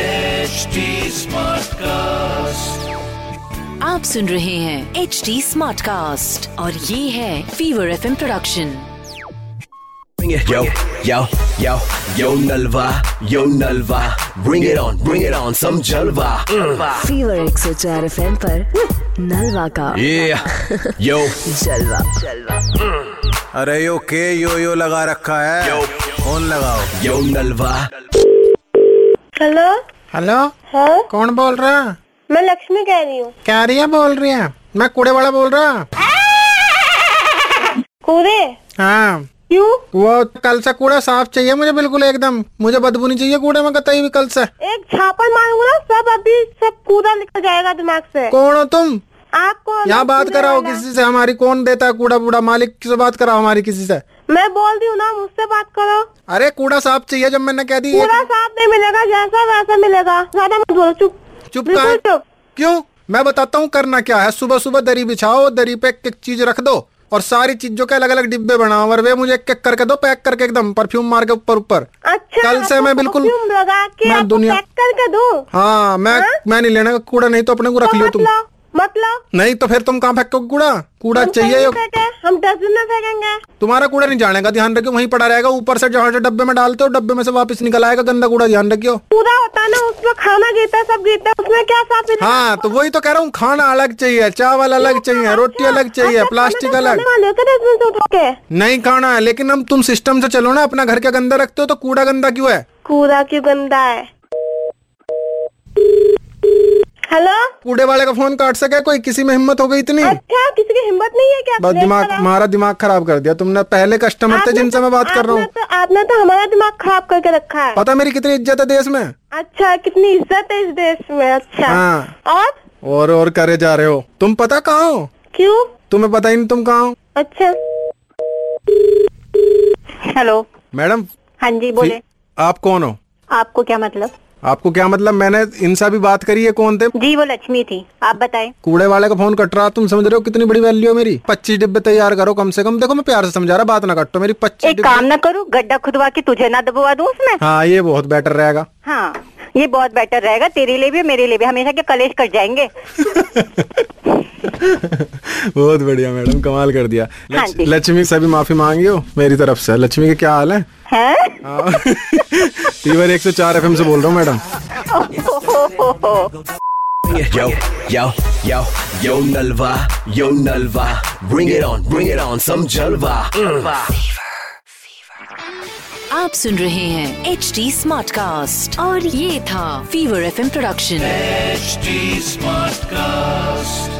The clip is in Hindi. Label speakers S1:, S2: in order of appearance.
S1: HD Smartcast.
S2: आप सुन रहे हैं एच डी स्मार्ट कास्ट और ये है Fever F production
S3: Bring it. Yo, yo, yo, yo, Nalva, yo, Nalva. Bring it on, bring it on, some Jalva. Mm.
S2: Fever एक सौ चार एफ एम नलवा का
S3: Yeah, yo,
S2: जलवा जलवा
S4: अरे यो के यो यो लगा रखा है
S3: Yo.
S4: फोन लगाओ
S3: yo, Nalva.
S5: हेलो
S6: हेलो
S5: हाँ
S6: कौन बोल रहा
S5: मैं लक्ष्मी कह रही हूँ
S6: क्या रिया बोल रही है मैं कूड़े वाला बोल रहा
S5: कूदे
S6: हाँ
S5: क्यों
S6: वो कल से कूड़ा साफ चाहिए मुझे बिल्कुल एकदम मुझे बदबू नहीं चाहिए कूड़े में कतई भी कल से
S5: एक छापा मारूंगा ना सब अभी सब कूदा निकल जाएगा दिमाग से
S6: कौन हो तुम
S5: आपको
S6: यहाँ
S5: मैं
S6: बात
S5: कूदने
S6: कराओ
S5: वाला-
S6: किसी से हमारी कौन देता है कूड़ा बूढ़ा मालिक से बात कराओ हमारी किसी से
S5: मैं बोल रही हूँ ना मुझसे बात करो
S6: अरे कूड़ा साफ चाहिए जब मैंने कह दी
S5: पूरा साफ नहीं मिलेगा जैसा वैसा मिलेगा ज्यादा मत बोलो चुप
S6: चुप
S5: बिल्कुल तो।
S6: कहा
S5: चुप
S6: क्यों मैं बताता हूँ करना क्या है सुबह सुबह दरी बिछाओ दरी पे एक एक चीज रख दो और सारी चीजों के अलग अलग डिब्बे बनाओ और वे मुझे एक एक करके दो पैक करके एकदम परफ्यूम मार के ऊपर ऊपर
S5: अच्छा
S6: कल से
S5: आपको
S6: मैं बिल्कुल-
S5: perfume लगा के
S6: मैं
S5: आपको
S6: दुनिया-
S5: पैक करके दूँ
S6: हाँ मैं
S5: हाँ?
S6: मैं नहीं लेना कूड़ा नहीं तो अपने को रख
S5: तो
S6: लियो
S5: मत
S6: तुम
S5: लो मत लो
S6: नहीं तो फिर तुम कहाँ फेंकोगे कूड़ा कूड़ा
S5: हम
S6: चाहिए
S5: कहीं
S6: यो-
S5: नहीं फेंके, हम डस्टबिन में फेंकेंगे
S6: तुम्हारा कूड़ा नहीं जानेगा ध्यान रखियो वहीं पड़ा रहेगा ऊपर से जहाँ से डब्बे में डालते हो डब्बे में से वापस निकल आएगा गंदा कूड़ा ध्यान रखियो
S5: पूरा होता है ना उसमें खाना गिरता है, सब गिरता है, उसमें क्या साफ मिलेगा
S6: हाँ तो वही तो कह रहा हूँ खाना अलग चाहिए चावल अलग चाहिए रोटी अलग
S5: अच्छा,
S6: चाहिए प्लास्टिक
S5: तो
S6: अलग
S5: अलग
S6: नहीं खाना है लेकिन हम तुम सिस्टम से चलो ना अपना घर क्या गंदा रखते हो तो कूड़ा गंदा क्यों है
S5: कूड़ा क्यों गंदा है हेलो
S6: कूड़े वाले का फोन काट सके कोई किसी में हिम्मत हो गई इतनी
S5: अच्छा किसी की हिम्मत नहीं है क्या
S6: बस
S5: प्लेट
S6: दिमाग
S5: खराब?
S6: हमारा दिमाग खराब कर दिया तुमने पहले कस्टमर थे
S5: आपने
S6: जिनसे
S5: तो-
S6: मैं बात कर रहा हूँ
S5: आपने तो- आपने तो हमारा दिमाग खराब करके रखा है
S6: पता मेरी कितनी इज्जत है देश में
S5: अच्छा कितनी इज्जत है इस देश में अच्छा
S6: हाँ।
S5: और
S6: और और करे जा रहे हो तुम पता कहाँ हो
S5: क्यों
S6: तुम्हें पता ही नहीं तुम कहाँ हो
S5: अच्छा हेलो
S6: मैडम
S5: हाँ जी बोले
S6: फी- आप कौन हो
S5: आपको क्या मतलब
S6: आपको क्या मतलब मैंने इनसे भी बात करी है कौन थे
S5: जी वो लक्ष्मी थी आप बताएं
S6: कूड़े वाले का फोन कट रहा तुम समझ रहे हो कितनी बड़ी वैल्यू है मेरी पच्चीस डिब्बे तैयार करो कम से कम देखो मैं प्यार से समझा रहा बात ना कटो मेरी पच्चीस
S5: एक काम ना करूँ गड्ढा खुदवा के तुझे ना दबवा दूं उसमें
S6: हाँ ये बहुत बेटर रहेगा
S5: हाँ ये बहुत बेटर रहेगा तेरे लिए भी मेरे लिए भी हमेशा के कलेश कर जाएंगे
S6: बहुत बढ़िया मैडम कमाल कर दिया लक्ष-
S5: हाँ जी।
S6: लक्ष्मी से भी माफी मांगी हो मेरी तरफ से लक्ष्मी के क्या हाल है
S5: हैं
S6: फीवर एक सौ चार एफ से बोल रहा हूँ मैडम
S5: ओहोहोहो।
S3: Yo, yo, yo, yo, Nalva, yo, Nalva. Bring it on, bring it on, some Jalva. Mm.
S2: आप सुन रहे हैं एच डी स्मार्ट कास्ट और ये था Fever F production
S1: HD Smartcast.